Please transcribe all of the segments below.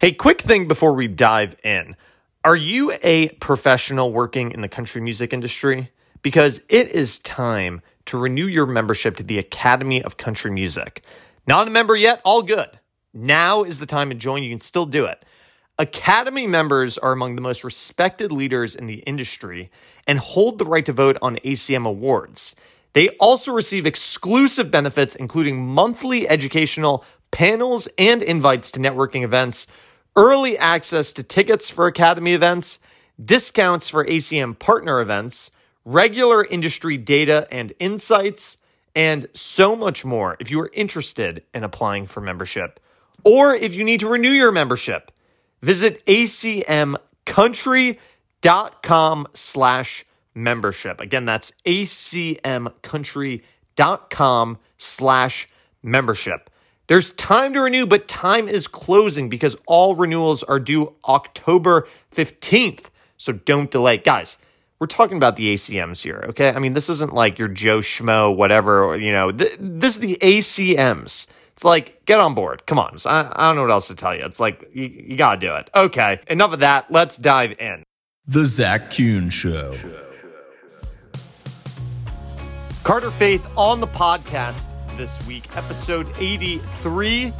Hey, quick thing before we dive in. Are you a professional working in the country music industry? Because it is time to renew your membership to the Academy of Country Music. Not a member yet? All good. Now is the time to join. You can still do it. Academy members are among the most respected leaders in the industry and hold the right to vote on ACM awards. They also receive exclusive benefits, including monthly educational panels and invites to networking events, early access to tickets for Academy events, discounts for ACM partner events, regular industry data and insights, and so much more if you are interested in applying for membership or if you need to renew your membership. Visit acmcountry.com slash membership. Again, that's acmcountry.com slash membership. There's time to renew, but time is closing because all renewals are due October 15th. So don't delay. Guys, we're talking about the ACMs here, okay? I mean, this isn't like your Joe Schmo, whatever, or, you know, th- this is the ACMs. It's like, get on board. Come on. I, I don't know what else to tell you. It's like, you, you got to do it. Okay. Enough of that. Let's dive in. The Zach Kuhn Show. Carter Faith on the podcast this week, episode 83.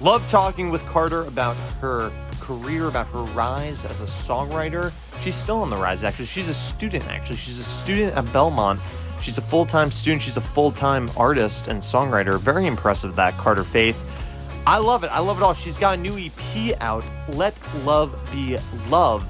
Love talking with Carter about her career, about her rise as a songwriter. She's still on the rise, actually. She's a student, actually. She's a student at Belmont. She's a full time student. She's a full time artist and songwriter. Very impressive, that Carter Faith. I love it. I love it all. She's got a new EP out, Let Love Be Love,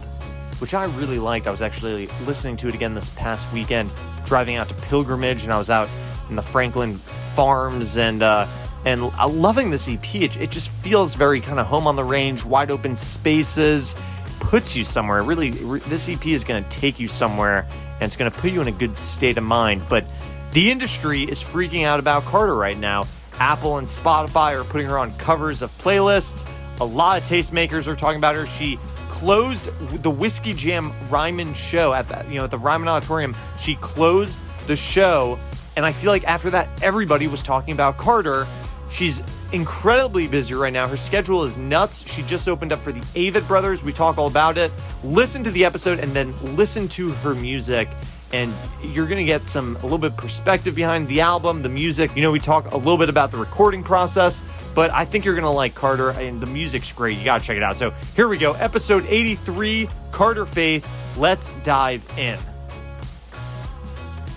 which I really liked. I was actually listening to it again this past weekend, driving out to pilgrimage, and I was out in the Franklin farms and uh, and uh, loving this EP. It, it just feels very kind of home on the range, wide open spaces, puts you somewhere. Really, re- this EP is going to take you somewhere, and it's going to put you in a good state of mind. But the industry is freaking out about Carter right now. Apple and Spotify are putting her on covers of playlists. A lot of tastemakers are talking about her. She closed the Whiskey Jam Ryman show at the, you know at the Ryman Auditorium. She closed the show, and I feel like after that everybody was talking about Carter. She's incredibly busy right now. Her schedule is nuts. She just opened up for the Avid Brothers. We talk all about it. Listen to the episode and then listen to her music. And you're going to get some a little bit perspective behind the album, the music. You know, we talk a little bit about the recording process, but I think you're going to like Carter and the music's great. You got to check it out. So here we go. Episode 83 Carter Faith. Let's dive in.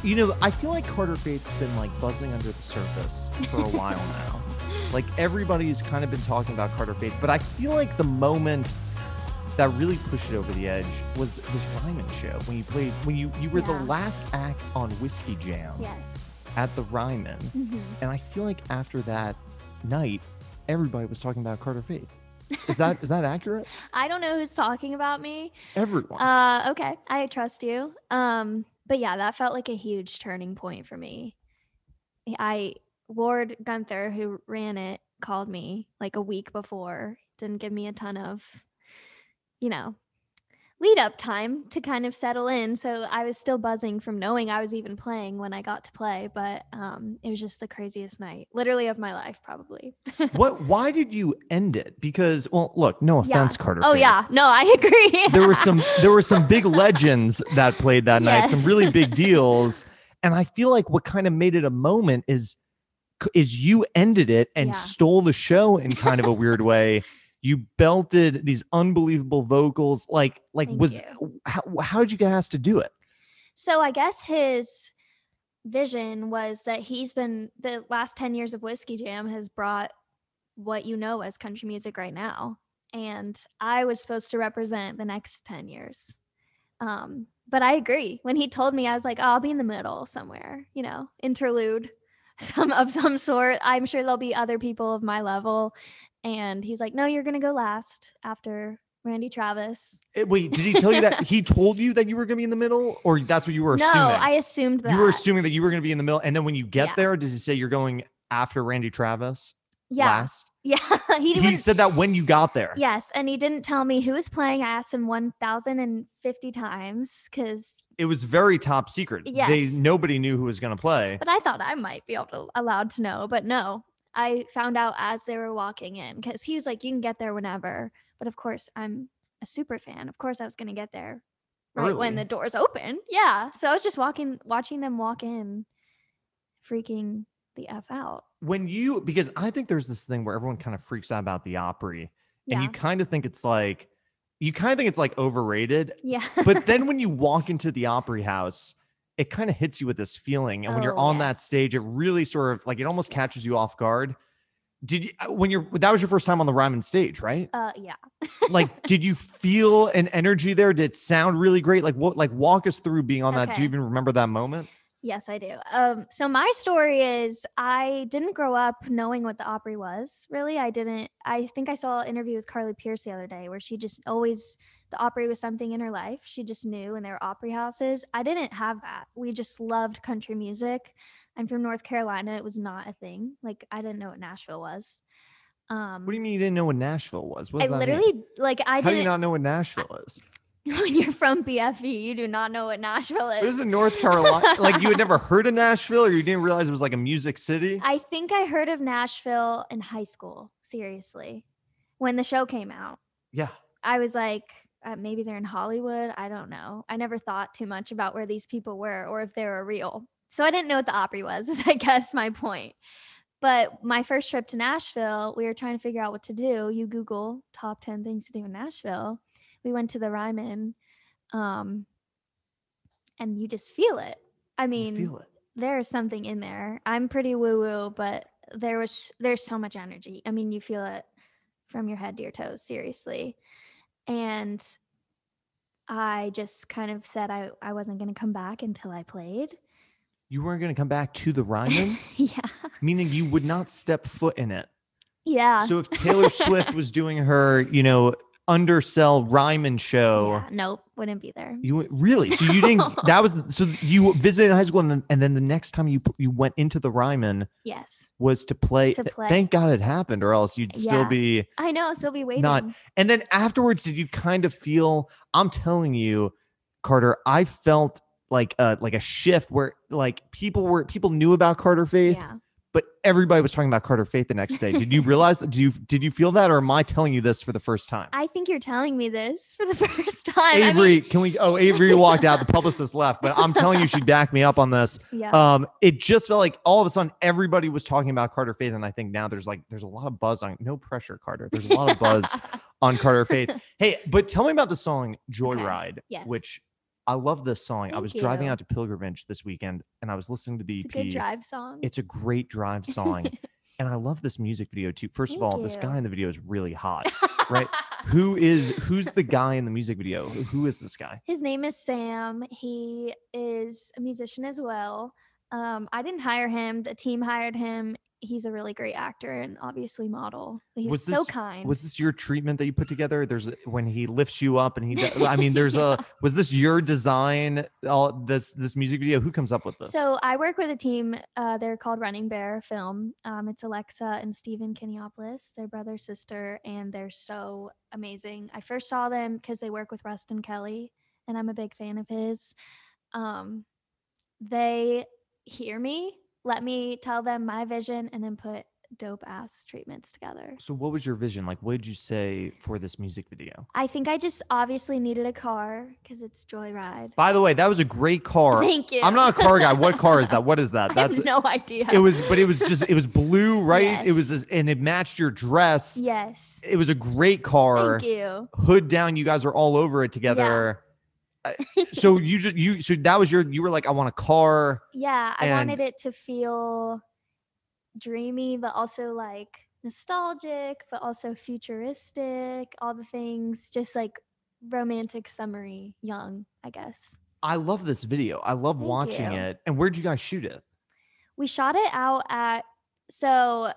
You know, I feel like Carter Faith's been like buzzing under the surface for a while now. Like everybody's kind of been talking about Carter Faith, but I feel like the moment that really pushed it over the edge was this Ryman show when you played when you you were Yeah. the last act on Whiskey Jam Yes. Mm-hmm. at the Ryman, and I feel like after that night, everybody was talking about Carter Faith. Is that is that accurate? I don't know who's talking about me. Everyone. Uh, okay, I trust you. Um, but yeah, that felt like a huge turning point for me. I Ward Gunther, who ran it, called me like a week before. Didn't give me a ton of, you know, lead up time to kind of settle in. So I was still buzzing from knowing I was even playing when I got to play. But um, it was just the craziest night, literally of my life, probably. what? Why did you end it? Because well, look, no Yeah. offense, Carter. Oh Faith. yeah, no, I agree. there were some there were some big legends that played that night some Yes. really big deals and i feel like what kind of made it a moment is is you ended it and Yeah. stole the show in kind of a weird way you belted these unbelievable vocals like like Thank was you. how how did you get asked to do it So I guess his vision was that he's been the last 10 years of Whiskey Jam has brought what you know as country music right now. And I was supposed to represent the next 10 years. Um, but I agree. When he told me, I was like, oh, I'll be in the middle somewhere, you know, interlude some of some sort. I'm sure there'll be other people of my level. And he's like, no, you're going to go last after Randy Travis. Eh, wait did he tell you that he told you that you were gonna be in the middle or that's what you were No, assuming I assumed that. you were assuming that you were gonna be in the middle and then when you get Yeah. there does he say you're going after randy travis yeah. last Yeah. he he didn't said that when you got there Yes, and he didn't tell me who was playing. I asked him 1050 times cuz it was very top secret. They Yes. nobody knew who was going to play. but I thought I might be able to, allowed to know, but no. I found out as they were walking in cuz he was like you can get there whenever, But of course, I'm a super fan. Of course, I was going to get there right when the doors open. Yeah. So I was just walking, watching them walk in, freaking the F out. when you because I think there's this thing where everyone kind of freaks out about the Opry, and Yeah. you kind of think it's like you kind of think it's like overrated, yeah. but then when you walk into the Opry House, it kind of hits you with this feeling, and when you're Oh, on that yes. stage, it really sort of like it almost catches you off guard. Did you uh, when you're that was your first time on the Ryman stage, right? uh, yeah. like did you feel an energy there did it sound really great like what like walk us through being on that do Okay. you even remember that moment Yes, I do. Um, so my story is I didn't grow up knowing what the Opry was. Really, I didn't. I think I saw an interview with Carly Pierce the other day where she just always the Opry was something in her life. She just knew, and there were Opry houses. I didn't have that. We just loved country music. I'm from North Carolina. It was not a thing. Like I didn't know what Nashville was. Um, what do you mean you didn't know what nashville was what I does that mean? literally like I how do you didn't. not know what nashville is when you're from BFE, you do not know what Nashville is. this is north carolina like you had never heard of nashville or you didn't realize it was like a music city I think I heard of Nashville in high school, seriously. When the show came out, yeah I was like, uh, maybe they're in Hollywood. I don't know. I never thought too much about where these people were or if they were real. So I didn't know what the Opry was, is I guess my point. But my first trip to Nashville, we were trying to figure out what to do. You Google top 10 things to do in Nashville. We went to the Ryman, um, and you just feel it. I mean, you feel it there is something in there. I'm pretty woo woo, but there was there's so much energy. I mean, you feel it from your head to your toes, seriously. And I just kind of said I, I wasn't going to come back until I played. you weren't going to come back to the ryman yeah. meaning you would not step foot in it Yeah. so if taylor swift was doing her you know undersell ryman show yeah. Nope. Wouldn't be there. You went- really? So you didn't? That was so you visited high school, and then and then the next time you p- you went into the Ryman Yes. was to play. To Th- play. Thank God it happened, or else you'd still Yeah. be. I know. So be waiting. And then afterwards, did you kind of feel? I'm telling you, Carter, I felt like a like a shift where like people were people knew about Carter Faith, yeah. but everybody was talking about Carter Faith the next day. Did you realize that? Do you did you feel that, or am I telling you this for the first time? I think you're telling me this for the first time. I mean- Avery, can we? Oh, Avery walked out. The publicist left, but I'm telling you, she backed me up on this. yeah. Um, it just felt like all of a sudden everybody was talking about Carter Faith, and I think now there's like there's a lot of buzz on. No pressure, Carter. There's a lot of buzz on Carter Faith. Hey, but tell me about the song "Joyride," Yes. which I love this song. I Thank was driving you. out to Pilgrimage this weekend, and I was listening to the it's a good EP. drive song. It's a great drive song, and I love this music video too. First of Thank all, this you. guy in the video is really hot. right. Who is who's the guy in the music video? Who- Who is this guy? His name is Sam. He is a musician as well. Um, I didn't hire him. The team hired him. He's a really great actor and obviously model. He's Was so this- kind. Was this your treatment that you put together? There's a- when he lifts you up and he. do- I mean, there's a. Was this your design? All this this music video. Who comes up with this? so I work with a team. Uh, they're called Running Bear Film. Um, it's Alexa and Steven Kiniopoulos. They're brother sister, and they're so amazing. I first saw them because they work with Rustin Kelly, and I'm a big fan of his. Um, they hear me, let me tell them my vision, and then put dope ass treatments together. So what was your vision? Like, what did you say for this music video? I think I just obviously needed a car because it's Joyride. By the way, that was a great car. Thank you. I'm not a car guy. What car is that? What is that? I That's have no idea. it was, but it was just it was blue, right? It Yes. was, this- and it matched your dress. yes. It was a great car. Thank you. Hood down. You guys are all over it together. Uh, so you just you so that was your you were like I want a car. Yeah, I And- wanted it to feel dreamy, but also like nostalgic, but also futuristic, all the things, just like romantic summary, young, I guess. I love this video. I love Thank watching you. it. And where'd you guys shoot it? We shot it out at, so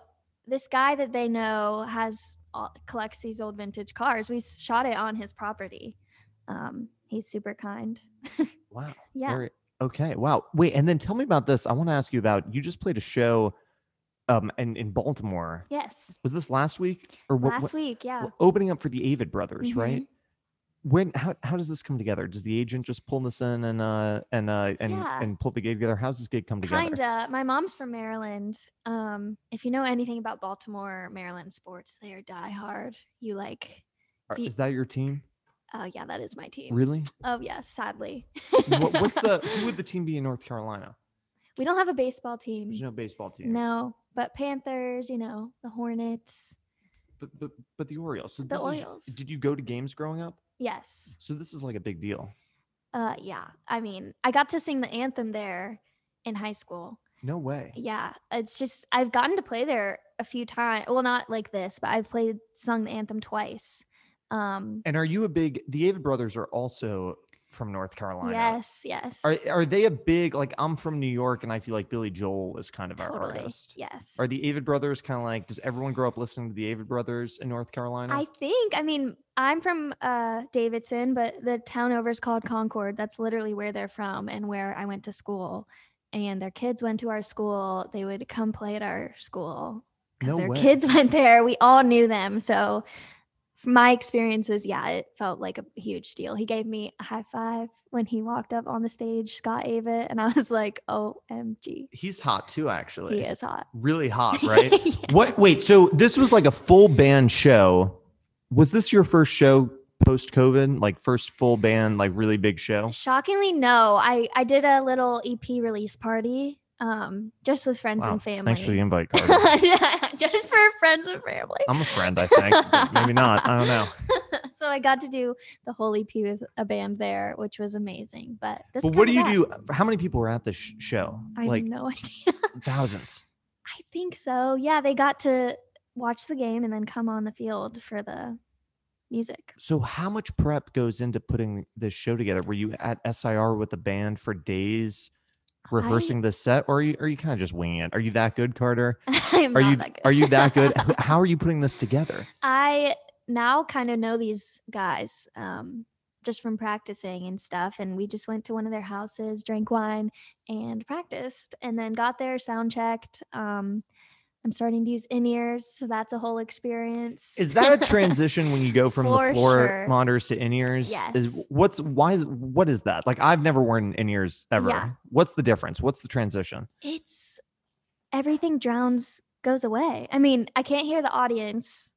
this guy that they know has all- collects these old vintage cars. We shot it on his property. Um, he's super kind. Wow. Yeah. Very- okay. Wow. Wait. And then tell me about this. I want to ask you about you just played a show, um, in, in Baltimore. Yes. Was this last week or what, Last week, yeah. opening up for the Avid Brothers, right? Mm-hmm. When how how does this come together? Does the agent just pull this in and uh and uh and Yeah. and pull the gig together? How's this gig come together? Kinda. My mom's from Maryland. Um, if you know anything about Baltimore, Maryland sports, they are diehard. You like Are- Ye- Is that your team? Oh yeah, that is my team. Really? Oh yes, sadly. What, what's the who would the team be in North Carolina? we don't have a baseball team. There's no baseball team. No, but Panthers, you know, the Hornets. But but but the Orioles. So The this is- Orioles. did you go to games growing up? Yes. So this is like a big deal. Uh yeah. I mean, I got to sing the anthem there in high school. No way. Yeah. It's just I've gotten to play there a few times. Well, not like this, but I've played sung the anthem twice. Um And are you a big? The Avid brothers are also from North Carolina. yes, yes. Are are they a big like? I'm from New York, and I feel like Billy Joel is kind of our artist. Yes. Are the Avid brothers kind of like? Does everyone grow up listening to the Avid brothers in North Carolina? I think I mean I'm from uh Davidson, but the town over is called Concord. That's literally where they're from and where I went to school. And their kids went to our school. They would come play at our school because No their way. kids went there. We all knew them. So from my experiences, yeah, it felt like a huge deal. He gave me a high five when he walked up on the stage, Scott Avett, and I was like, OMG, He's hot too, actually. he is hot. Really hot, right? Yeah. What? Wait. So this was like a full band show. Was this your first show post COVID? Like first full band, like really big show? Shockingly, no. I I did a little EP release party, um, just with friends Wow, and family. Thanks for the invite, Carter. just for friends and family. I'm a friend, I think. but Maybe not. I don't know. so I got to do the whole EP with a band there, which was amazing. But this. But what do comes you back. do? How many people were at this sh- show? I like have no idea. thousands. I think so. Yeah, they got to watch the game and then come on the field for the music. So how much prep goes into putting this show together? Were you at SIR with the band for days rehearsing the set, or are you are you kind of just winging it? Are you that good, Carter? I'm Are not you that good. are you that good? H- how are you putting this together? I now kind of know these guys um, just from practicing and stuff. And we just went to one of their houses, drank wine, and practiced, and then got there, sound checked. Um, I'm starting to use in ears, so that's a whole experience. Is that a transition when you go from the For floor sure. monitors to in ears? Yes. Is what's why is what is that? Like I've never worn in ears ever. Yeah. What's the difference? What's the transition? it's everything drowns goes away. I mean, I can't hear the audience.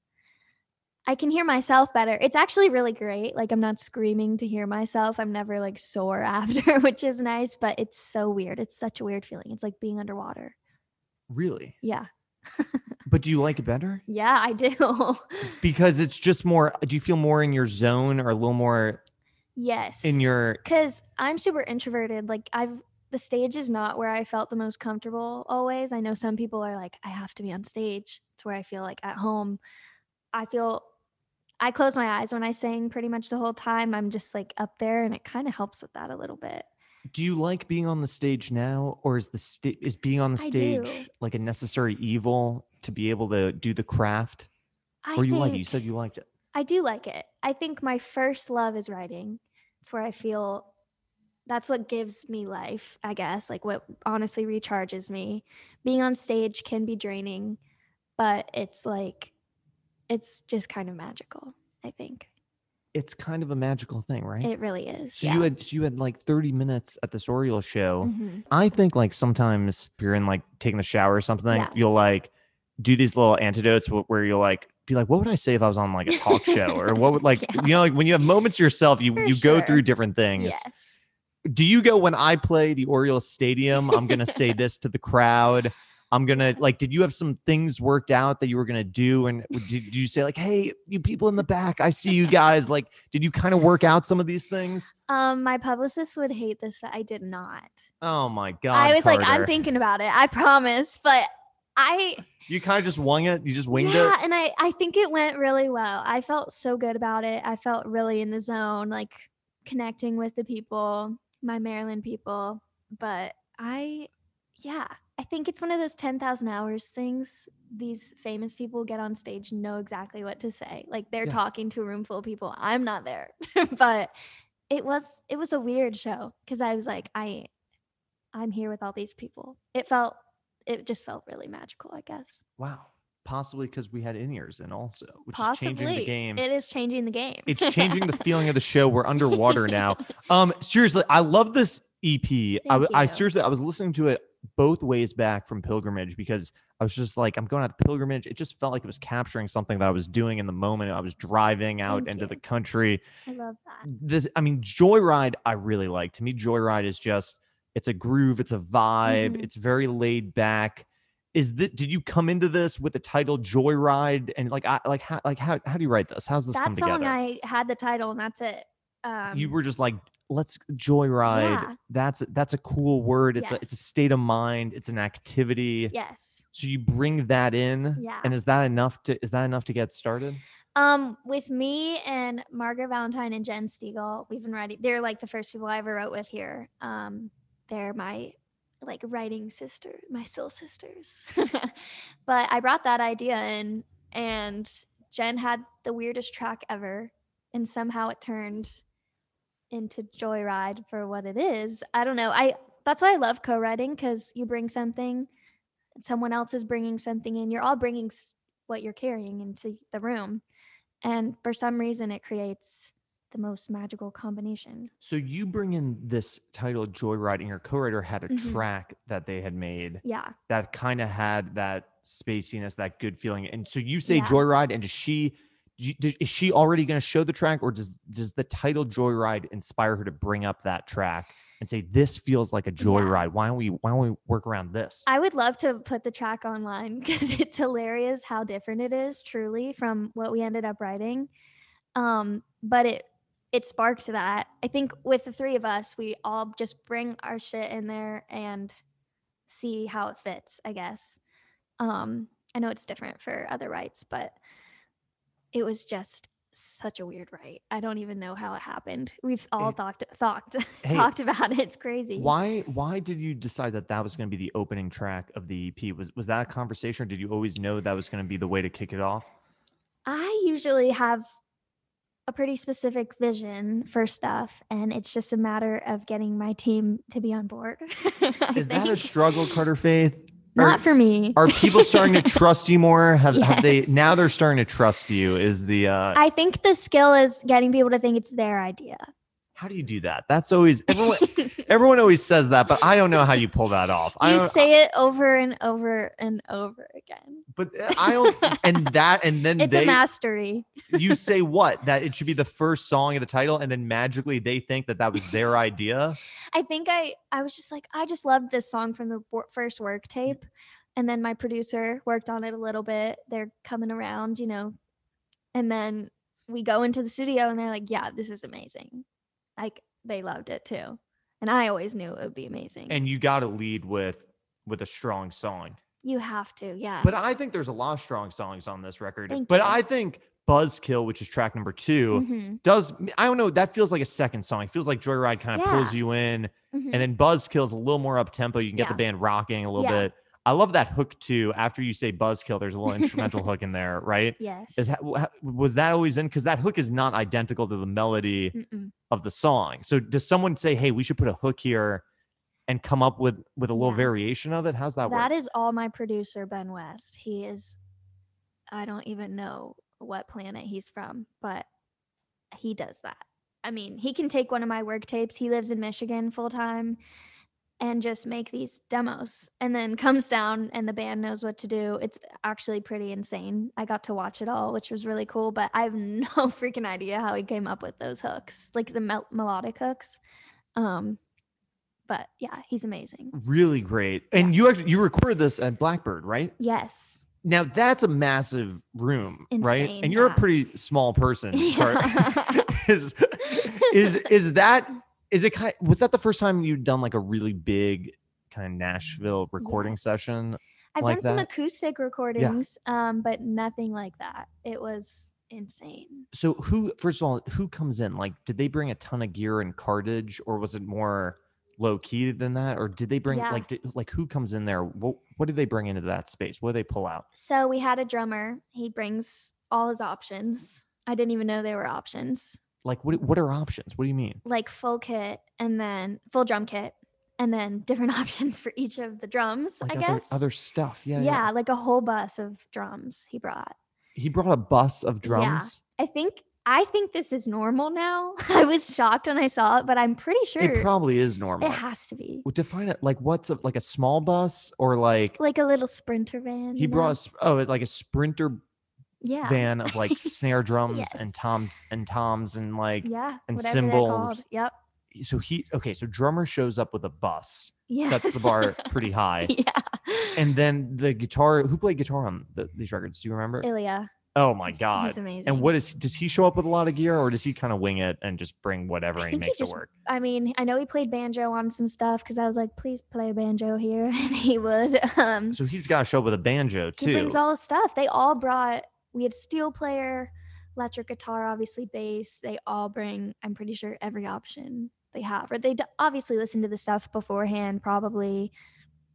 I can hear myself better. It's actually really great. Like I'm not screaming to hear myself. I'm never like sore after, which is nice, but it's so weird. It's such a weird feeling. It's like being underwater. Really? Yeah. But do you like it better? Yeah, I do. Because it's just more do you feel more in your zone or a little more yes. in your cuz I'm super introverted. Like I've the stage is not where I felt the most comfortable always. I know some people are like I have to be on stage. It's where I feel like at home. I feel I close my eyes when I sing pretty much the whole time. I'm just like up there and it kind of helps with that a little bit. do you like being on the stage now or is the sta- is being on the I stage do. like a necessary evil to be able to do the craft I or you like it? think- you said you liked it I do like it. I think my first love is writing. It's where I feel that's what gives me life, I guess, like what honestly recharges me. Being on stage can be draining, but it's like, it's just kind of magical, I think. it's kind of a magical thing right It really is. so yeah. you had so you had like 30 minutes at this Oriole show Mhm. I think like sometimes if you're in like taking a shower or something, Yeah. you'll like do these little antidotes wh- where you'll like be like, what would I say if I was on like a talk show or what would like Yeah. you know like when you have moments yourself, you For you go sure. through different things. Yes. Do you go when I play the Orioles Stadium? I'm gonna say this to the crowd. I'm gonna like. Did you have some things worked out that you were gonna do? And did, did you say like, "Hey, you people in the back, I see you guys." Like, did you kind of work out some of these things? Um, my publicist would hate this, but I did not. Oh my god! I was like, I'm Carter. thinking about it. I promise, but I You kind of just wung it. You just winged it. yeah, and I I think it went really well. I felt so good about it. I felt really in the zone, like connecting with the people, my Maryland people. But I, yeah, I think it's one of those ten thousand hours things. These famous people get on stage and know exactly what to say. Like they're Yeah. talking to a room full of people. I'm not there, but it was it was a weird show because I was like I, I'm here with all these people. It felt it just felt really magical. I guess. Wow. Possibly because we had in ears in also, which is changing the game. It is changing the game. it's changing the feeling of the show. We're underwater now. Um, seriously, I love this EP. I, Thank w- I you. seriously, I was listening to it both ways back from pilgrimage because I was just like, I'm going out to pilgrimage. It just felt like it was capturing something that I was doing in the moment. I was driving out Thank into you. the country. I love that. This, I mean, Joyride, I really like. To me, Joyride is just, it's a groove, it's a vibe, Mhm. it's very laid back. Is this? Did you come into this with the title Joyride? And like, I like how like how how do you write this? How's this come That together? song I had the title and that's it. Um, you were just like let's joyride Yeah. that's that's a cool word it's a, it's a Yes. state of mind it's an activity yes. so you bring that in Yeah. and is that enough to is that enough to get started Um, with me and Margaret Valentine and Jen Stiegel, we've been writing. They're like the first people I ever wrote with here. Um, they're my like writing sister, my soul sisters. but I brought that idea in, and Jen had the weirdest track ever, and somehow it turned into Joyride for what it is. I don't know. I that's why I love co-writing because you bring something, and someone else is bringing something, and you're all bringing s- what you're carrying into the room. And for some reason, it creates the most magical combination. so you bring in this title joyride and your co-writer had a Mhm. track that they had made Yeah. that kind of had that spaciness that good feeling and so you say Yeah. joyride and does she do you- does- is she already going to show the track or does does the title joyride inspire her to bring up that track and say this feels like a joyride why don't we why don't we work around this I would love to put the track online because it's hilarious how different it is truly from what we ended up writing. Um, but it it sparked that. I think with the three of us, we all just bring our shit in there and see how it fits, I guess. Um, I know it's different for other rights, but it was just such a weird right. I don't even know how it happened. We've all Hey- talked talked Eh. hey, talked about it. It's crazy. why why did you decide that that was going to be the opening track of the ep was was that a conversation or did you always know that was going to be the way to kick it off I usually have a pretty specific vision for stuff, and it's just a matter of getting my team to be on board. I is that a think. struggle carter faith Or- Not for me. are people starting to trust you more have, have they Yes. now they're starting to trust you is the uh I think the skill is getting people to think it's their idea. how do you do that? That's always everyone. everyone always says that, but I don't know how you pull that off. I You don't, say it over and over and over again. but eh, I don't, and that, and then It's they, a mastery. you say what that it should be the first song of the title, and then magically they think that that was their idea. I think I I was just like I just loved this song from the wor- first Mm. work tape, and then my producer worked on it a little bit. They're coming around, you know, and then we go into the studio and they're like, "Yeah, this is amazing." Like they loved it too, and I always knew it would be amazing. And you got to lead with with a strong song. you have to, yeah. But I think there's a lot of strong songs on this record. Thank but you. I think Buzzkill, which is track number 2 Mhm, does I don't know. That feels like a second song. It feels like Joyride kind of pulls you in. mhm. And then Buzzkill's a little more up tempo. You can get the Yeah. band rocking a little Yeah. bit. I love that hook too. After you say Buzzkill, there's a little instrumental hook in there, right? yes, Is that, wha- was that always in? Because that hook is not identical to the melody Mm-mm. of the song. So does someone say, "Hey, we should put a hook here," and come up with with a little Yeah. variation of it? How's that, work? that is all my producer Ben West. He is, I don't even know what planet he's from, but he does that. I mean, he can take one of my work tapes. He lives in Michigan full time and just make these demos and then comes down and the band knows what to do. It's actually pretty insane. I got to watch it all, which was really cool, but I have no freaking idea how he came up with those hooks, like the mel- melodic hooks. Um but yeah, he's amazing. really great. And you actually you recorded this at Blackbird, right? Yes. Now that's a massive room, right? Insane, And you're yeah. a pretty small person. Car- Yeah. is is is that is it kind was that the first time you'd done like a really big kind of Nashville recording Yes. session? I've like done some that? acoustic recordings, um, but nothing like that. It was insane. So who first of all, who comes in? Like did they bring a ton of gear and cartage or was it more low key than that or did they bring Yeah. like did, like who comes in there? What what did they bring into that space? What do they pull out? So we had a drummer. He brings all his options. I didn't even know they were options, Like what what are options? What do you mean? like full kit and then full drum kit, and then different options for each of the drums. Like I other, guess. other stuff. Yeah, yeah, yeah. like a whole bus of drums he brought. He brought a bus of Yeah. drums. I think I think this is normal now. I was shocked when I saw it, but I'm pretty sure It it, probably is normal. has to be Well, Define it like what's a, like a small bus or like like a little sprinter van. he you know? brought a s- oh like a sprinter yeah, van of like snare drums and Yes. toms and toms and like yeah, and whatever they're called. cymbals. Yep. so he okay so drummer shows up with a bus Yes. sets the bar pretty high yeah. and then the guitar who played guitar on the, these records do you remember Ilya, oh my god he's amazing. and what is does he show up with a lot of gear or does he kind of wing it and just bring whatever and he think he makes just- it work I mean, I know he played banjo on some stuff because I was like, please play banjo here, and he would. Um, so he's got to show up with a banjo He too brings all his stuff. They all brought. We had steel player, electric guitar, obviously bass. They all bring. I'm pretty sure every option they have, or they d- obviously listen to the stuff beforehand, probably.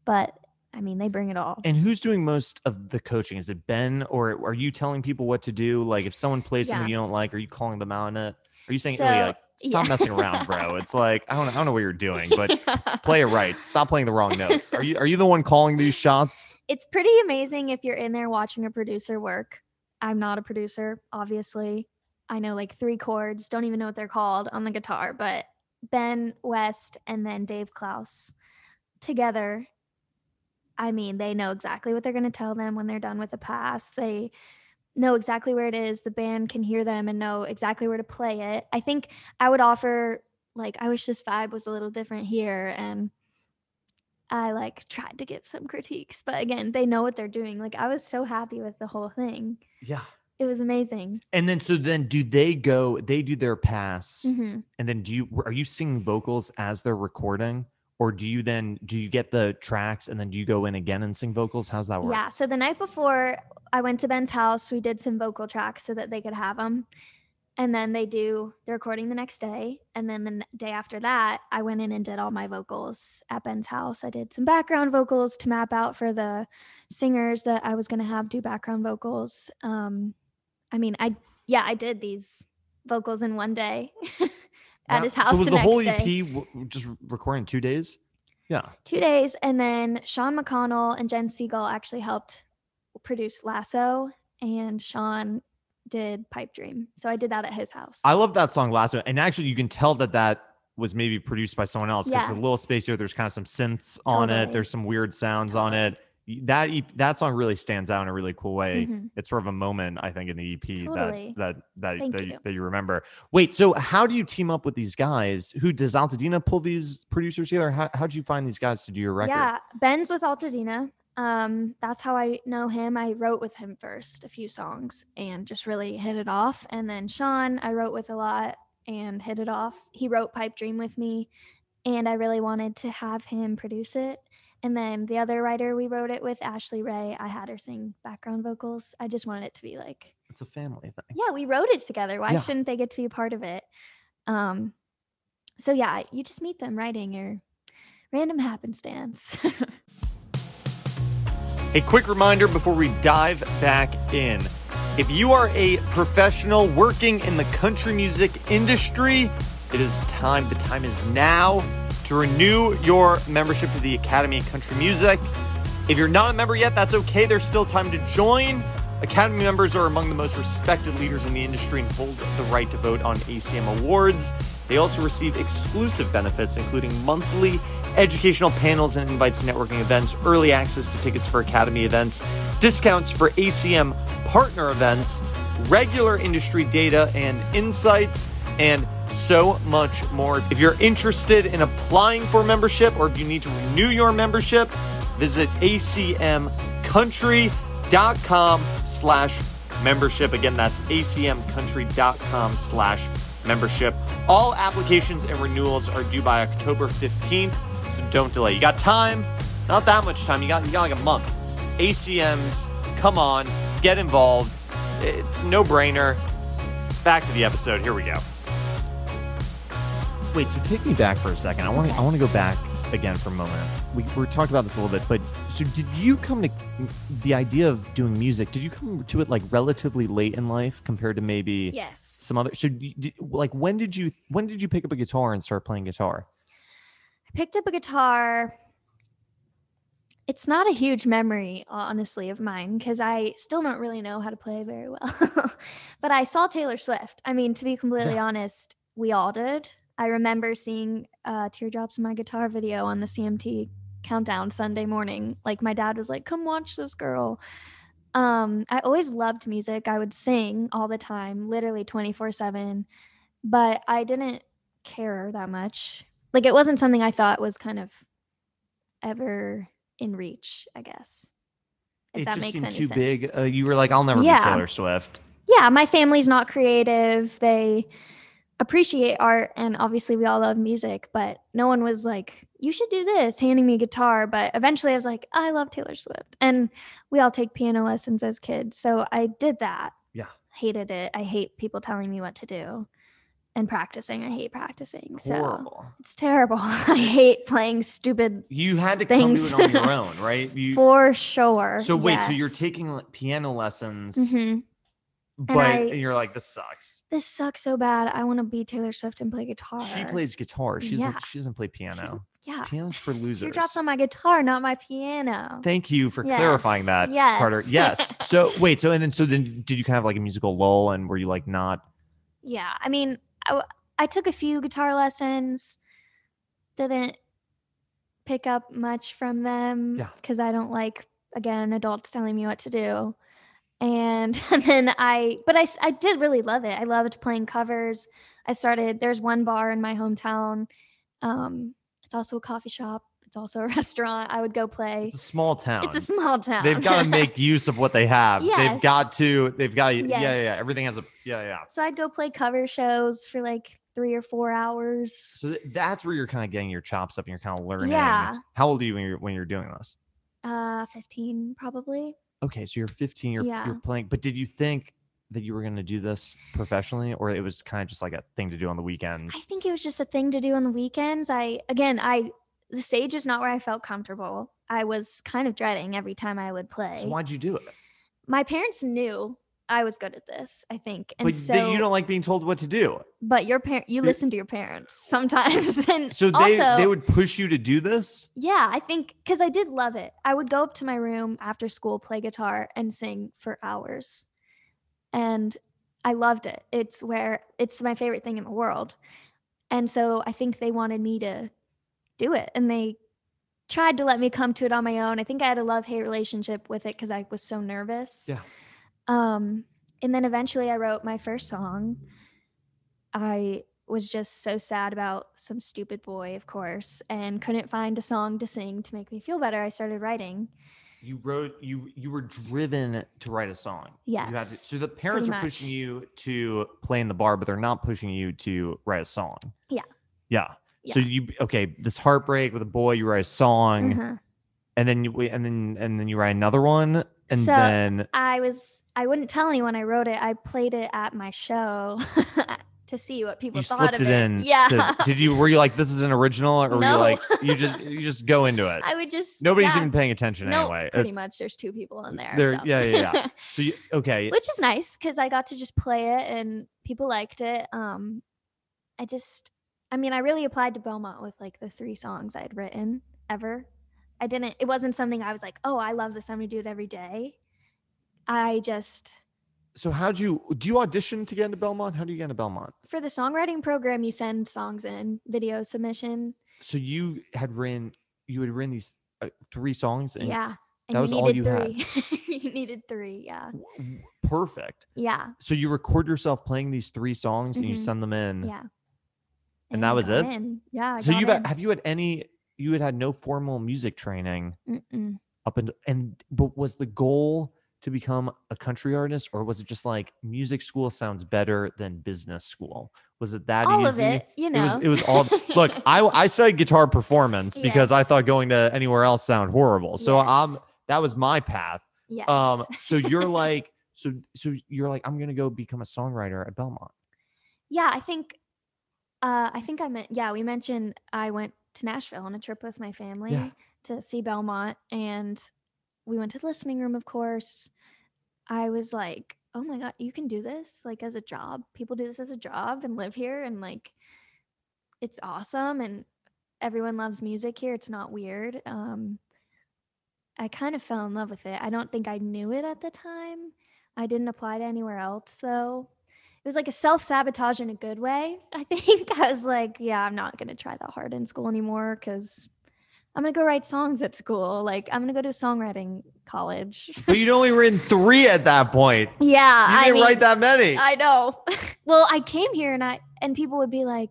But I mean, they bring it all. and who's doing most of the coaching is it ben or are you telling people what to do like if someone plays something Yeah. you don't like are you calling them out on it are you saying So, "Ilya, like, stop yeah. messing around bro it's like i don't, I don't know what you're doing but Yeah. play it right stop playing the wrong notes are you are you the one calling these shots it's pretty amazing if you're in there watching a producer work. I'm not a producer, obviously. I know like three chords, don't even know what they're called on the guitar, but Ben West and then Dave Klaus together. I mean, they know exactly what they're going to tell them when they're done with the pass. They know exactly where it is. The band can hear them and know exactly where to play it. I think I would offer, like, I wish this vibe was a little different here. And I like tried to give some critiques, but again, they know what they're doing. Like I was so happy with the whole thing. yeah It was amazing. and then so then do they go they do their pass hmm and then do you are you singing vocals as they're recording or do you then do you get the tracks and then do you go in again and sing vocals how's that work Yeah. So the night before I went to Ben's house, we did some vocal tracks so that they could have them. And then they do the recording the next day. And then the n- day after that, I went in and did all my vocals at Ben's house. I did some background vocals to map out for the singers that I was going to have do background vocals. Um, I mean, I, yeah, I did these vocals in one day at Wow. his house so was the, the, whole E next ep day. w- just recording two days yeah two days and then sean mcconnell and jen siegel actually helped produce lasso and sean did pipe dream so i did that at his house I love that song last one. And actually, you can tell that that was maybe produced by someone else. 'cause It's a Yeah. little spacier. There's kind of some synths on it. Totally. There's some weird sounds on it. Y- That E- that song really stands out in a really cool way. Mhm. It's sort of a moment, I think, in the EP Totally. that that that Thank that you. you. that you remember. Wait, so how do you team up with these guys? Who does Altadena pull these producers together? How how would you find these guys to do your record? yeah ben's with altadena um that's how i know him i wrote with him first a few songs and just really hit it off and then sean i wrote with a lot and hit it off he wrote pipe dream with me and i really wanted to have him produce it and then the other writer we wrote it with ashley ray i had her sing background vocals i just wanted it to be like It's a family thing. yeah we wrote it together why Yeah. shouldn't they get to be a part of it um so yeah you just meet them writing your random happenstance A quick reminder before we dive back in. If you are a professional working in the country music industry, it is time, the time is now to renew your membership to the Academy of Country Music. If you're not a member yet, that's okay. There's still time to join. Academy members are among the most respected leaders in the industry and hold the right to vote on ACM awards. They also receive exclusive benefits, including monthly educational panels and invites to networking events, early access to tickets for Academy events, discounts for ACM partner events, regular industry data and insights, and so much more. If you're interested in applying for membership or if you need to renew your membership, visit acmcountry.com slash membership. Again, that's acmcountry.com slash membership. All applications and renewals are due by October 15th, so don't delay. You got time, not that much time. You got you got like a month. ACMs, come on, get involved. It's a no-brainer. Back to the episode. Here we go. Wait, so take me back for a second. I want to I want to go back again for a moment. We we talked about this a little bit, but so did you come to the idea of doing music? Did you come to it like relatively late in life compared to maybe yes some other? So you- did, like when did you when did you pick up a guitar and start playing guitar? I picked up a guitar It's not a huge memory, honestly, of mine because I still don't really know how to play very well. but I saw Taylor Swift. I mean, to be completely honest, we all did. I remember seeing uh, Teardrops in My Guitar video on the CMT countdown Sunday morning. Like, my dad was like, come watch this girl. Um, I always loved music. I would sing all the time, literally 24 7, but I didn't care that much. Like, it wasn't something I thought was kind of ever in reach, I guess. If it that just makes seemed any too sense. big. Uh, you were like, I'll never be Yeah. Taylor Swift. yeah, my family's not creative. They appreciate art and obviously we all love music, but no one was like, you should do this, handing me a guitar. But eventually I was like, I love Taylor Swift. And we all take piano lessons as kids. So I did that. Yeah. Hated it. I hate people telling me what to do and practicing. I hate practicing. So Horrible. it's terrible. I hate playing stupid You had to Thanks. come to it on your own, right? You. for sure. so wait, so you're Yes. taking le- piano lessons, Mhm. but I- and you're like, this sucks. This sucks so bad. I want to be Taylor Swift and play guitar. She plays guitar. She Yeah. doesn't. She doesn't play She's- piano. Yeah. Piano's for losers. Teardrops on my guitar, not my piano. Thank you for clarifying Yes, that, Carter. yes. Yes. So wait. So and then so then did you kind of like a musical lull and were you like not? yeah, I mean, I, w- I took a few guitar lessons, didn't pick up much from them Yeah. because I don't like again adults telling me what to do. And, and then I, but I, s- I did really love it. I loved playing covers. I started. There's one bar in my hometown. Um, it's also a coffee shop. It's also a restaurant. I would go play. It's a small town. It's a small town. They've got to make use of what they have. They've Yes. got to. They've got. Yeah, yeah, yeah. Yes. Everything has a. Yeah, yeah. So I'd go play cover shows for like three or four hours. So th- that's where you're kind of getting your chops up and you're kind of learning. Yeah. How old are you when you're when you're doing this? Uh, fifteen probably. Okay, so you're 15. You're Yeah. you're playing. But did you think that you were going to do this professionally, or it was kind of just like a thing to do on the I weekends? think it was just a thing to do on the weekends. I again, I the stage is not where I felt comfortable. I was kind of dreading every time I would play. So why'd you do it? My parents knew I was good at this. I think, and but so that you don't like being told what to do. but your parent you They- listen to your parents sometimes, and So they also, they would push you to do this. Yeah, I think because I did love it. I would go up to my room after school, play guitar, and sing for hours. And I loved it. It's where it's my favorite thing in the world. And so I think they wanted me to do it. And they tried to let me come to it on my own. I think I had a love hate relationship with it because I was so nervous. Yeah. Um, and then eventually I wrote my first song. I was just so sad about some stupid boy, of course, and couldn't find a song to sing to make me feel better. I started writing. You wrote you you were driven to write a song. You had to, Yes, so the parents are pretty pushing much. you to play in the bar, but they're not pushing you to write a song. Yeah. Yeah. So you okay? This heartbreak with a boy, you write a song, Uh-huh. and then you and then and then you write another one, and So- then I was I wouldn't tell anyone I wrote it. I played it at my show to see what people you thought slipped of it it. in. to- yeah. did you were you like this is an original, or were you No. like you just you just go into it? I would just Nobody's yeah, even paying attention no, anyway. Pretty It's- much there's two people on there. there- so. yeah, yeah, yeah. So you okay? Which is nice because I got to just play it and people liked it. Um I just I mean I really applied to Belmont with like the three songs I'd written ever. I didn't it wasn't something I was like, oh, I love this, I'm gonna do it every day. I just So how'd you do? You audition to get into Belmont? How do you get into Belmont? for the songwriting program you send songs in, video submission. So you had written you had written these uh, three songs and yeah. And that was you all needed you had. three. you needed three, yeah. w- w- perfect. Yeah. So you record yourself playing these three songs and you Mhm. send them in. Yeah. Mm. And that I was got it? in. Yeah. I so got you have in. have you had any? You had had no formal music training Mm-mm. up and and but was the goal to become a country artist or was it just like music school sounds better than business school? Was it that all of easy? it, you know. It was it was all look, I I studied guitar performance because I Yes. thought going to anywhere else sound horrible. So I'm Yes. that was my path. yes. Um so you're like so so you're like I'm going to go become a songwriter at Belmont. yeah, I think uh I think I meant yeah, we mentioned I went to Nashville on a trip with my family to see Belmont and we went to the listening room of course. I was like, "Oh my god, you can do this like as a job. People do this as a job and live here and like it's awesome and everyone loves music here. It's not weird." Um I kind of fell in love with it. I don't think I knew it at the time. I didn't apply to anywhere else though. It was like a self sabotage in a good way. I think I was like, yeah, I'm not going to try that hard in school anymore because I'm going to go write songs at school. Like, I'm going to go to songwriting college. But you'd only written three at that point. You yeah. Uh, I didn't mean, write that many. I know. well, I came here and I and people would be like,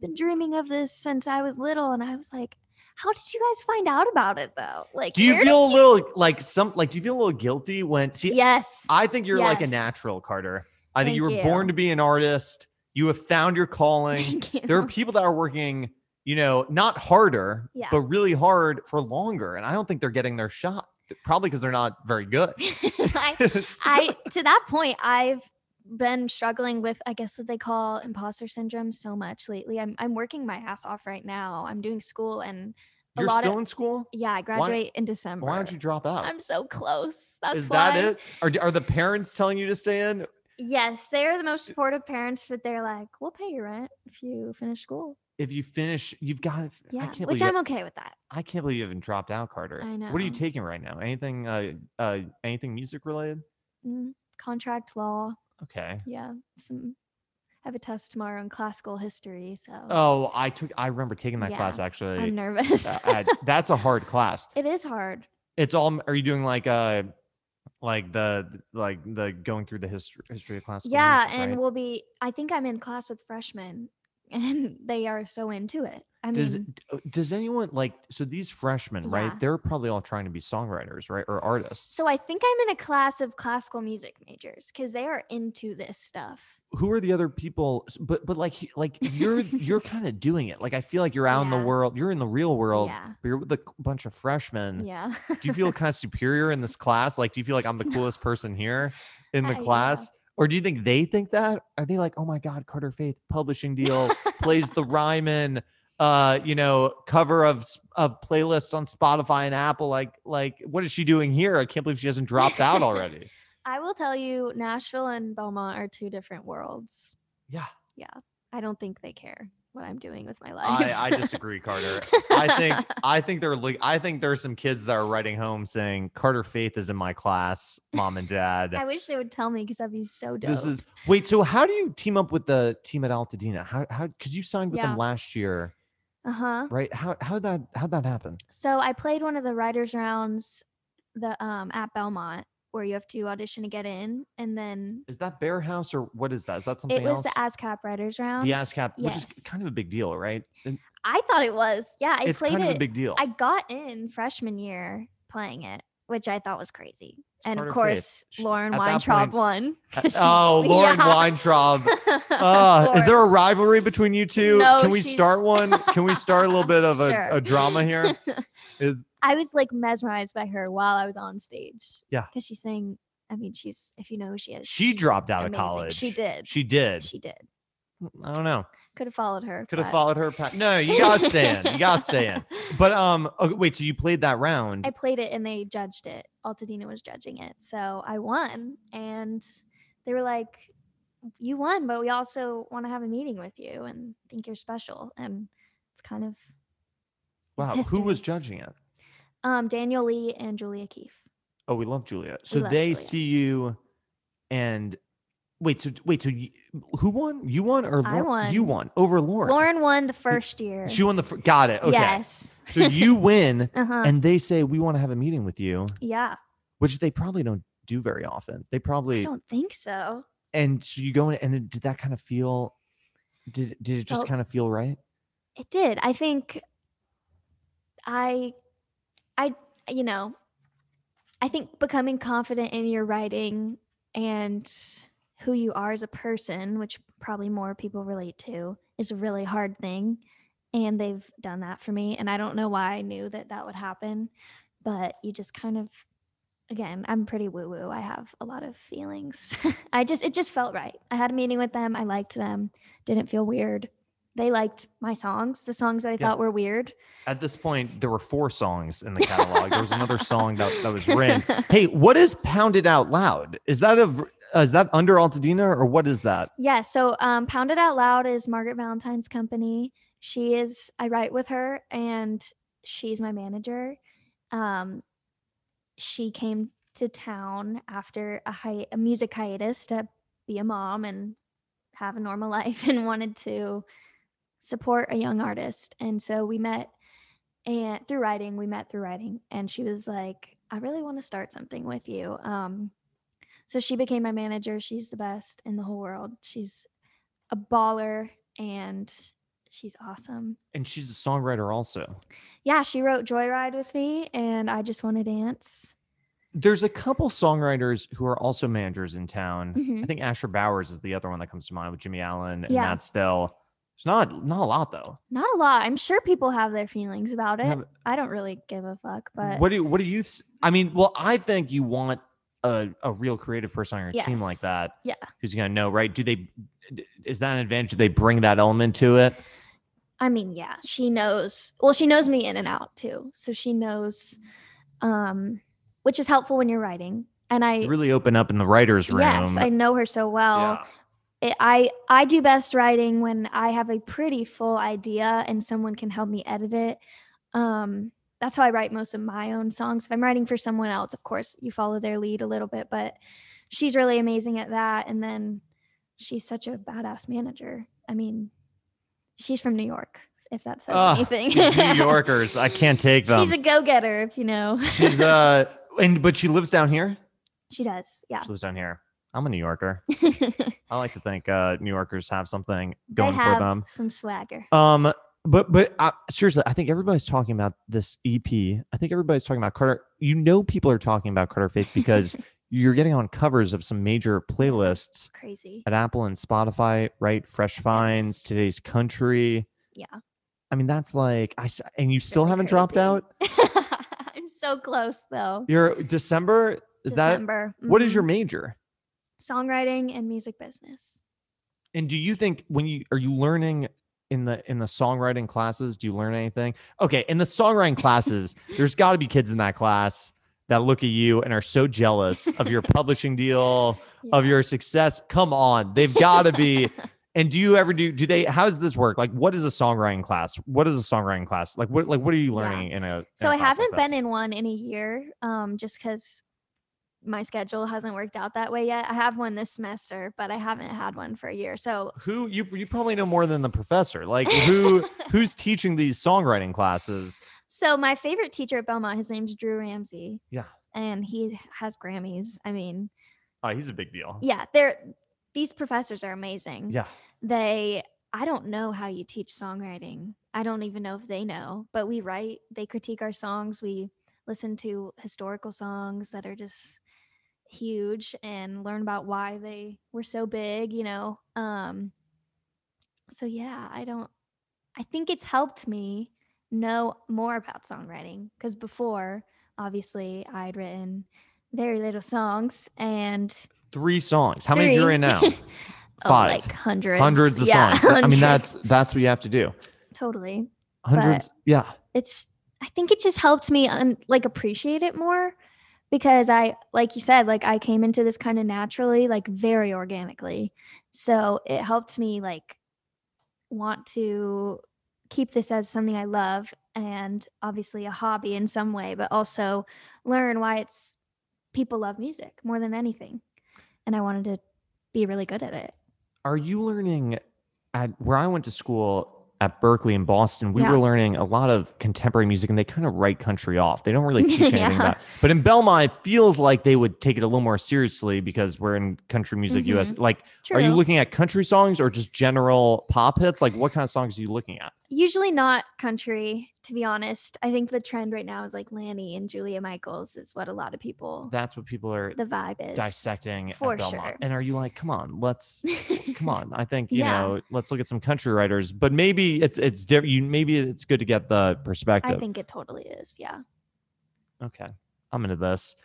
been dreaming of this since I was little. And I was like, how did you guys find out about it though? Like, do you where did feel a little like some like do you feel a little guilty when see Yes. I think you're like a Yes. natural, Carter. I think Thank you were you. born to be an artist. You have found your calling. Thank you. there are people that are working, you know, not harder, Yeah. but really hard for longer. And I don't think they're getting their shot, probably because they're not very good. I, I to that point, I've been struggling with I guess what they call imposter syndrome so much lately. I'm I'm working my ass off right now. I'm doing school and a You're lot still of in school? yeah, I graduate in December. Why don't you drop out? I'm so close. That's Is that why. it? Are, are the parents telling you to stay in? Yes, they are the most supportive parents, but they're like, "We'll pay your rent if you finish school." If you finish, you've got. I Yeah, can't which believe I'm okay with that. I can't believe you haven't dropped out, Carter. I What are you know. taking right now? Anything? Uh, uh, anything music related? Mm, contract law, Okay. yeah. Some I have a test tomorrow in classical history, so Oh, I took. I remember taking that Yeah, class actually. I'm nervous. Uh, I- that's a hard class. it is hard. It's all. Are you doing like uh, like the like the going through the history history of classical? yeah, music, and right? we'll be. I think I'm in class with freshmen, and they are so into it. I mean, does uh, does anyone like so these freshmen Yeah. right? They're probably all trying to be songwriters, right, or artists. so I think I'm in a class of classical music majors because they are into this stuff. Who are the other people? s- But but like he- like you're you're kind of doing it. Like I feel like you're out in Yeah. the world. You're in the real world. yeah, But you're with a c- bunch of freshmen. yeah. Do you feel kind of superior in this class? Like, do you feel like I'm the coolest person here in the Uh, yeah. class? Or do you think they think that? Are they like, oh my God, Carter Faith publishing deal plays the Ryman, uh, you know, cover of s- of playlists on Spotify and Apple? Like, like, what is she doing here? I can't believe she hasn't dropped out already. I will tell you, Nashville and Belmont are two different worlds. Yeah, I don't think they care what I'm doing with my life. I, I disagree, Carter. I think I think they're like I think there are some kids that are writing home saying Carter Faith is in my class, mom and dad. I wish they would tell me because that'd be so dope. This is wait. So how do you team up with the team at Altadena? How how because you signed with Yeah. them last year, uh huh. right? How how that how that happen? So I played one of the writers rounds, the um at Belmont where you have to audition to get in, and then Is that Bear House or what is that? Is that something it was else? the ASCAP writers round. The ASCAP, which is yes. kind of a big deal, right? And I thought it was. Yeah, I it's played kind of a it. big deal. Uh, I got in freshman year playing it, which I thought was crazy. part and of of faith. course, Sh- Lauren at that Weintraub point- won. oh, Lauren Weintraub. Uh, is there a rivalry between you two? No, Can we she's- start one? Can we start a little bit of a, Sure. a drama here? Is I was like mesmerized by her while I was on stage. Yeah. Because she sang, I mean, she's, if you know who she is, she dropped out amazing. of college? She did. She did. She did. I don't know. Could have followed her. Could have but- followed her. Pa- no, you gotta stay in. You gotta stay in. But um, okay, wait. So you played that round. I played it and they judged it. Altadena was judging it. So I won. And they were like, You won, but we also want to have a meeting with you and think you're special. And it's kind of wow. it's Who history. was judging it? um, Daniel Lee and Julia Keefe. Oh, we love Julia. So love they Julia. see you, and wait. So wait. So you, who won? You won or I Lauren- You won over Lauren. Lauren won the first year. She won the. Fr- got it. Okay. Yes. So you win, uh huh. and they say we want to have a meeting with you, Yeah. which they probably don't do very often. They I probably don't think so. and so you go in, and then did that kind of feel? Did did it just Felt- kind of feel right? It did. I think I I you know, I think becoming confident in your writing and who you are as a person, which probably more people relate to, is a really hard thing and they've done that for me and I don't know why I knew that that would happen, but you just kind of again, I'm pretty woo woo. I have a lot of feelings. I just it just felt right. I had a meeting with them. I liked them. Didn't feel weird they liked my songs, the songs that I Yeah. thought were weird. At this point, there were four songs in the catalog. There was another song that, that was written. Hey, what is "Pounded Out Loud"? Is that a v- uh, is that under Altadena or what is that? yeah. So, um, Pound It Out Loud is Margaret Valentine's company. She is, I write with her and she's my manager. Um, she came to town after a, hi- a music hiatus to be a mom and have a normal life and wanted to support a young artist. And so we met and through writing, we met through writing and she was like, I really want to start something with you. Um so she became my manager. She's the best in the whole world. She's a baller and she's awesome. And she's a songwriter also. Yeah, she wrote Joyride with me and I just want to dance. There's a couple songwriters who are also managers in town. Mhm. I think Asher Bowers is the other one that comes to mind with Jimmy Allen and Yeah. Matt Stell. It's not not a lot though. Not a lot. I'm sure people have their feelings about it. Have- I don't really give a fuck, but what do you, what do you? s- I mean, well, I think you want a, a real creative person on your team like Yes. that. Yeah. who's gonna know, right? Do they? d- Is that an advantage? Do they bring that element to it? I mean, yeah, she knows. Well, she knows me in and out too. So she knows um which is helpful when you're writing. And I You really open up in the writers' room. yes, I know her so well. Yeah. it, I I do best writing when I have a pretty full idea and someone can help me edit it. Um, that's how I write most of my own songs. If I'm writing for someone else, of course, you follow their lead a little bit, but she's really amazing at that. And then she's such a badass manager. I mean, she's from New York, if that says Ah, anything. These New Yorkers, I can't take them. She's a go getter, if you know. She's uh, and but she lives down here. she does. Yeah. She lives down here. I'm a New Yorker. They I like to think uh, New Yorkers have something going have for them. some swagger. Um, but but uh, seriously, I think everybody's talking about this EP. I think everybody's talking about Carter. You know, people are talking about Carter Faith because you're getting on covers of some major playlists Crazy. at Apple and Spotify, right? Fresh Finds, Yes. Today's Country. Yeah. I mean, that's like I s- and you still really haven't dropped crazy. out. I'm so close though. Your December is December. that? What is mhm. your major? songwriting and music business? And do you think when you are you learning in the in the songwriting classes? Do you learn anything? Okay, in the songwriting classes, there's got to be kids in that class that look at you and are so jealous of your publishing deal, of Yeah. your success. Come on, they've got to be. And do you ever do? Do they? How does this work? Like, what is a songwriting class? What is a songwriting class? Like, what like what are you Yeah. learning in a? So I haven't been in one in a year, um, just because my schedule hasn't worked out that way yet. I have one this semester, but I haven't had one for a year. So Who you you probably know more than the professor. Like who who's teaching these songwriting classes? so my favorite teacher at Belmont, his name's Drew Ramsey. Yeah. And he has Grammys. I mean, Oh, he's a big deal. yeah, they're these professors are amazing. Yeah. they i don't know how you teach songwriting i don't even know if they know but we write they critique our songs we listen to historical songs that are just huge and learn about why they were so big you know um so yeah i don't i think it's helped me know more about songwriting because before obviously i'd written very little songs and Three songs. How many are you three- in now? Oh, Five. like hundreds hundreds of Yeah, songs. I mean, hundreds. that's that's what you have to do. totally Hundreds. yeah. it's i think it just helped me un, like appreciate it more because i like you said like i came into this kind of naturally like very organically so it helped me like want to keep this as something i love and obviously a hobby in some way but also learn why it's people love music more than anything and i wanted to be really good at it Are you learning at where I went to school at Berkeley in Boston? We Yeah. were learning a lot of contemporary music, and they kind of write country off. They don't really teach anything Yeah. about. But in Belmont, it feels like they would take it a little more seriously because we're in country music U.S. Like, Mm-hmm. True. are you looking at country songs or just general pop hits? Like, what kind of songs are you looking at? usually not country to be honest i think the trend right now is like lanny and julia michaels is what a lot of people That's what people are the vibe is dissecting at for Belmont. sure. And are you like, come on, let's come on i think you Yeah. know let's look at some country writers but maybe it's it's different you maybe it's good to get the i perspective think it totally is yeah okay i'm into this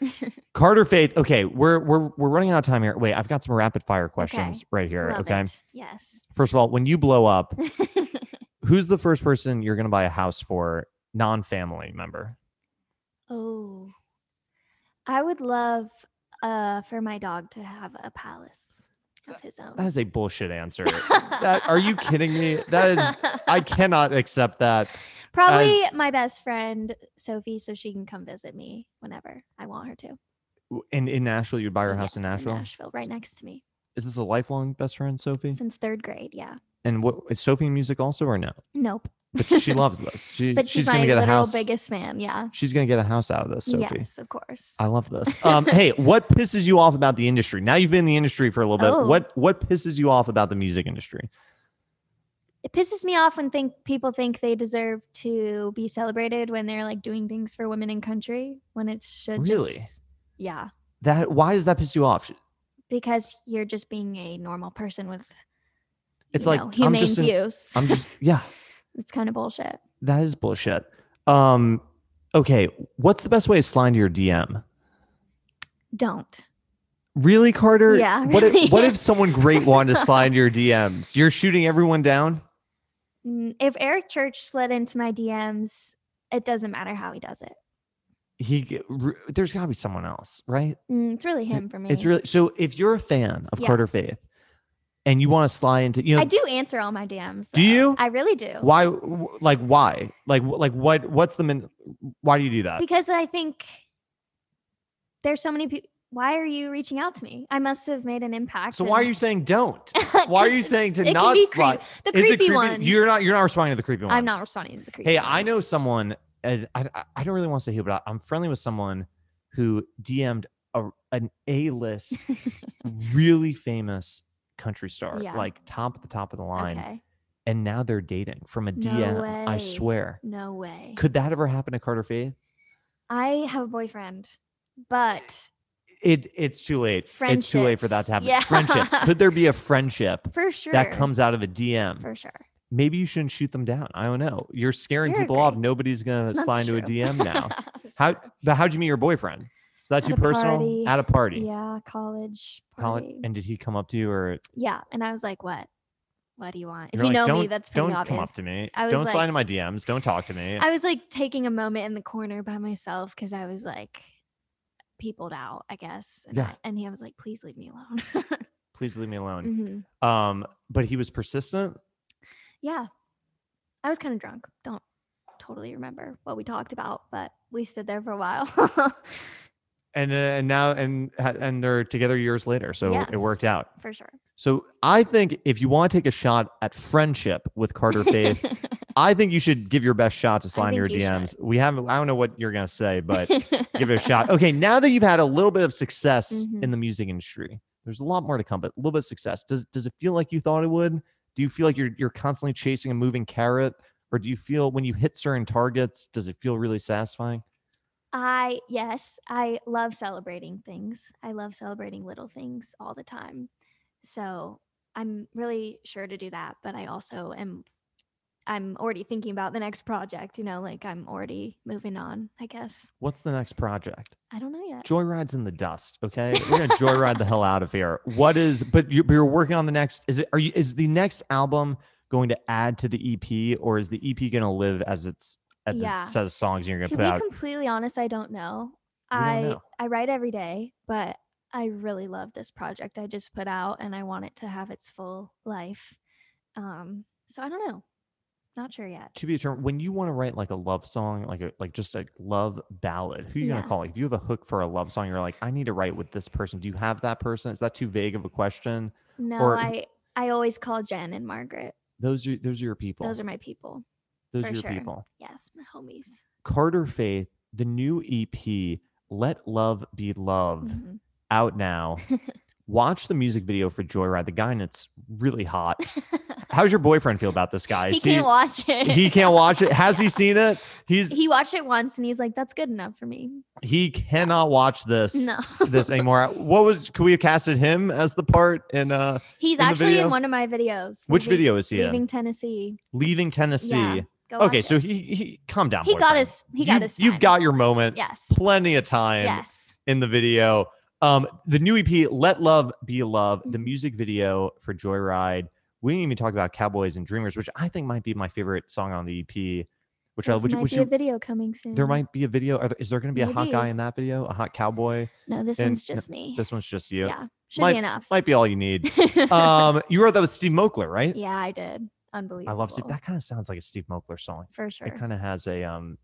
carter faith okay we're we're we're running out of time here wait i've got some rapid fire questions right here Love okay it. yes first of all when you blow up Mm. who's the first person you're gonna buy a house for non-family member oh i would love uh for my dog to have a palace of his own that is a bullshit answer that are you kidding me that is i cannot accept that Probably my best friend Sophie, so she can come visit me whenever I want her to. W- In in Nashville, you'd buy her house in Yes, Nashville. Nashville, right next to me Is this a lifelong best friend, Sophie? since third grade. Yeah. And what is Sophie in music also or no? Nope. But she loves this. She, But she's, she's my gonna get a literal house. biggest fan. Yeah. She's gonna get a house out of this, Sophie. Yes, of course. I love this. Um, hey, what pisses you off about the industry? Now you've been in the industry for a little bit. Oh. What what pisses you off about the music industry? it pisses me off when think people think they deserve to be celebrated when they're like doing things for women in country when it should Really? just- yeah That why does that piss you off? because you're just being a normal person with It's you like know, I'm humane just an- views I'm just yeah, it's kind of bullshit that is bullshit. Um, okay, what's the best way to slide into your DM? don't Really, Carter? Yeah, What if, what really. if someone great wanted to slide into your DMs? You're shooting everyone down. N- if eric church slid into my dms it doesn't matter how he does it He g- r- there's gotta be someone else, right? Mm, it's really him for me It's really so. If you're a fan of Yeah. Carter Faith, and you want to slide into, you know, i do answer all my dms Do though. you? i really do why w- like why like wh- like what what's the min why do you do that because I think there's so many people. Why are you reaching out to me? I must have made an impact. so why are you saying don't why are you saying to it not can be slide- creep- the creepy, ones? you're not you're not responding to the creepy ones I'm not responding to the creepy. hey i know ones. someone and I, I- I don't really want to say who but I, i'm friendly with someone who dm'd a, an a-list really famous country star Yeah. like top at the top of the line Okay. and now they're dating from a No dm i way. swear No way. could that ever happen to carter faith I have a boyfriend, but it it's too late. It's too late for that to happen. Friendships. Yeah. Friendships. Could there be a friendship for sure that comes out of a DM? for sure. Maybe you shouldn't shoot them down. I don't know. You're scaring You're people off. right. Nobody's gonna That's slide into a true. DM now. For How sure. but how'd you meet your boyfriend? Is that At too a personal? party. At a party. Yeah, college Colin- party. and did he come up to you or yeah, and I was like, "What? What do you want? If You're you like, know me, "Don't- that's pretty don't obvious." come up to me. I was Don't slide like- into my DMs. Don't talk to me. I was like taking a moment in the corner by myself because I was like peopled out, I guess. And, Yeah. I- and he was like, please leave me alone. Please leave me alone. Mhm. Um, but he was persistent. Yeah. I was kind of drunk. Don't totally remember what we talked about, but we stood there for a while And, uh, and now and ha- and they're together years later, so Yes. it worked out. for sure. So I think if you want to take a shot at friendship with Carter Faith, I think you should give your best shot to slide into your think you should. DMs. We haven't. I don't know what you're gonna say, but give it a shot. Okay, now that you've had a little bit of success in Mhm. the music industry, there's a lot more to come, but a little bit of success. Does does it feel like you thought it would? Do you feel like you're you're constantly chasing a moving carrot, or do you feel when you hit certain targets, does it feel really satisfying? I, yes, I love celebrating things. I love celebrating little things all the time. So I'm really sure to do that. But I also am, I'm already thinking about the next project, you know, like I'm already moving on, I guess. What's the next project? I don't know yet. Joyride's in the dust. Okay, we're gonna joyride the hell out of here. What is? But you, but you're working on the next. Is it? Are you? Is the next album going to add to the EP, or is the EP gonna live as its as Yeah. its set of songs you're gonna To put be out? completely honest, I don't know. We don't I, know. I write every day, but I really love this project I just put out and I want it to have its full life. Um, so I don't know. Not sure yet. to be determined. When you want to write like a love song, like a like just a love ballad, who you gonna Yeah. call? Like, if you have a hook for a love song, you're like, I need to write with this person. Do you have that person? Is that too vague of a question? No, Or- I I always call Jen and Margaret. Those are those are your people. Those are my people. Those for are your sure. people. Yes, my homies. Carter Faith, the new EP, Let Love Be Love, Mhm. out now. Watch the music video for Joyride. The guy in it's really hot. How's your boyfriend feel about this guy? Mm-hmm. he Is he- can't watch it. he can't watch it. Has he seen it? He's He watched it once and he's like, "That's good enough for me." he cannot watch this No, this anymore. What was could we have casted him as the part in uh he's In the actually video? in one of my videos. which leaving- video is he in? Leaving Tennessee. Leaving Tennessee. Yeah, Go okay, watch so it. he he calm down. he got boyfriend. his he you've, got his. You've time. got your moment. yes, Plenty of time. yes. in the video. Um, the new EP, Let Love Be Love, the Mhm. music video for Joyride. We didn't even talk about Cowboys and Dreamers, which I think might be my favorite song on the EP. Which I This would you, might would be you- a video coming soon. there might be a video. Are there, is there going to be a hot guy Maybe. in that video? A hot cowboy? No, this and- one's no, just me. This one's just you. yeah, should might- uh, be enough. Might be all you need. um, you wrote that with Steve Mokler, right? yeah, I did. unbelievable. I love Steve. That kind of sounds like a Steve Mokler song. for sure. It kind of has a um,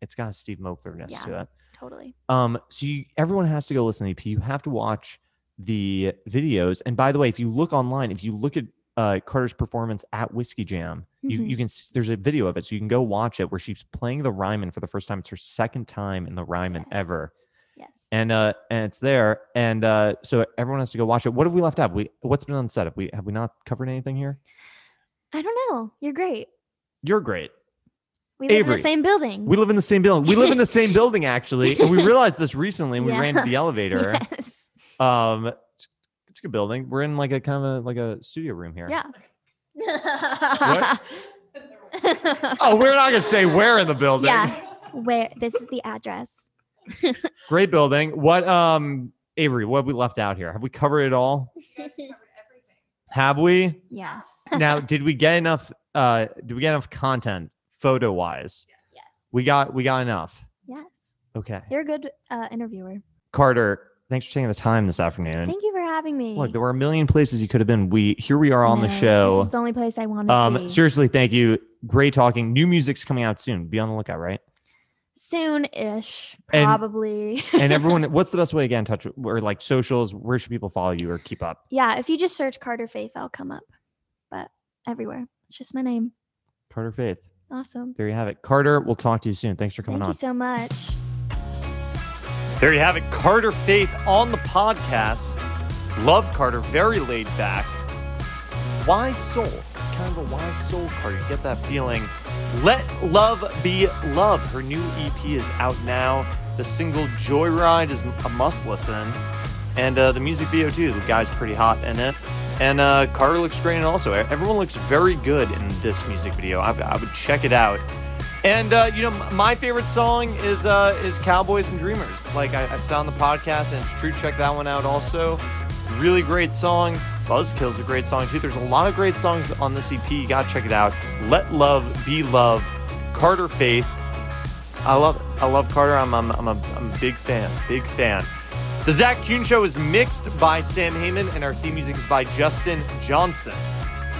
it's got a Steve Moklerness Yeah. to it. totally. Um, so you, everyone has to go listen to EP. You have to watch the videos. And by the way, if you look online, if you look at uh, Carter's performance at Whiskey Jam, you Mm-hmm. you can s- there's a video of it, so you can go watch it where she's playing the Ryman for the first time. It's her second time in the Ryman Yes. ever, Yes. and uh, and it's there. And uh, so everyone has to go watch it. What have we left out? We what's been on set? Have we have we not covered anything here? I don't know. You're great. You're great. We live in Avery, the same building. We live in the same building. We live in the same building actually, and we realized this recently. And we ran to Yeah. the elevator. yes. Um, it's, it's a good building. We're in like a kind of a, like a studio room here. Yeah. Oh, we're not gonna say where in the building. yeah. Where this is the address. Great building. What um Avery, what have we left out here? Have we covered it all? Have we? yes. Now, did we get enough uh did we get enough content photo wise? Yes. We got we got enough. Yes. Okay. You're a good uh, interviewer. Carter, thanks for taking the time this afternoon. Thank you for having me. Look, there were a million places you could have been. We here we are on No, the show. This is the only place I want to um be. seriously, thank you. Great talking. New music's coming out soon. Be on the lookout, right? Soon-ish, And- probably. and everyone, what's the best way to get in touch or like socials? Where should people follow you or keep up? yeah, if you just search Carter Faith, I'll come up. But everywhere, it's just my name. Carter Faith. Awesome. There you have it. Carter, we'll talk to you soon. Thanks for coming Thank on. you so much. There you have it, Carter Faith on the podcast. Love Carter, very laid back. Why soul? Kind of a why soul Carter. You get that feeling. Let Love Be Love. Her new EP is out now. The single Joyride is a must listen. And uh, the music video, too. The guy's pretty hot in it. And uh, Carter looks great, and also everyone looks very good in this music video. I, I would check it out. And uh, you know, m- my favorite song is uh, is Cowboys and Dreamers. Like I, I said on the podcast, and it's true. Check that one out also. Really great song. Buzzkill's a great song too. There's a lot of great songs on this EP. You gotta check it out. Let Love Be Love. Carter Faith. I love it. I love Carter. I'm I'm, I'm, a, I'm a big fan. Big fan. The Zach Kuhn Show is mixed by Sam Heyman, and our theme music is by Justin Johnson.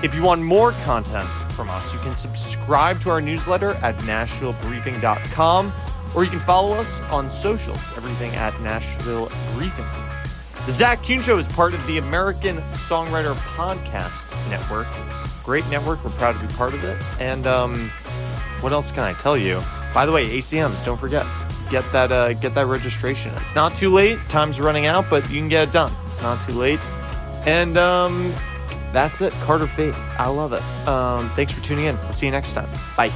If you want more content from us, you can subscribe to our newsletter at nashvillebriefing.com, or you can follow us on socials, everything at Nashville Briefing. The Zach Kuhn Show is part of the American Songwriter Podcast Network. Great network. We're proud to be part of it. And um, what else can I tell you? By the way, ACMs, don't forget. Get that uh, get that registration. It's not too late. Time's running out, but you can get it done. It's not too late. And um, that's it. Carter Faith. I love it. Um, thanks for tuning in. I'll see you next time. Bye.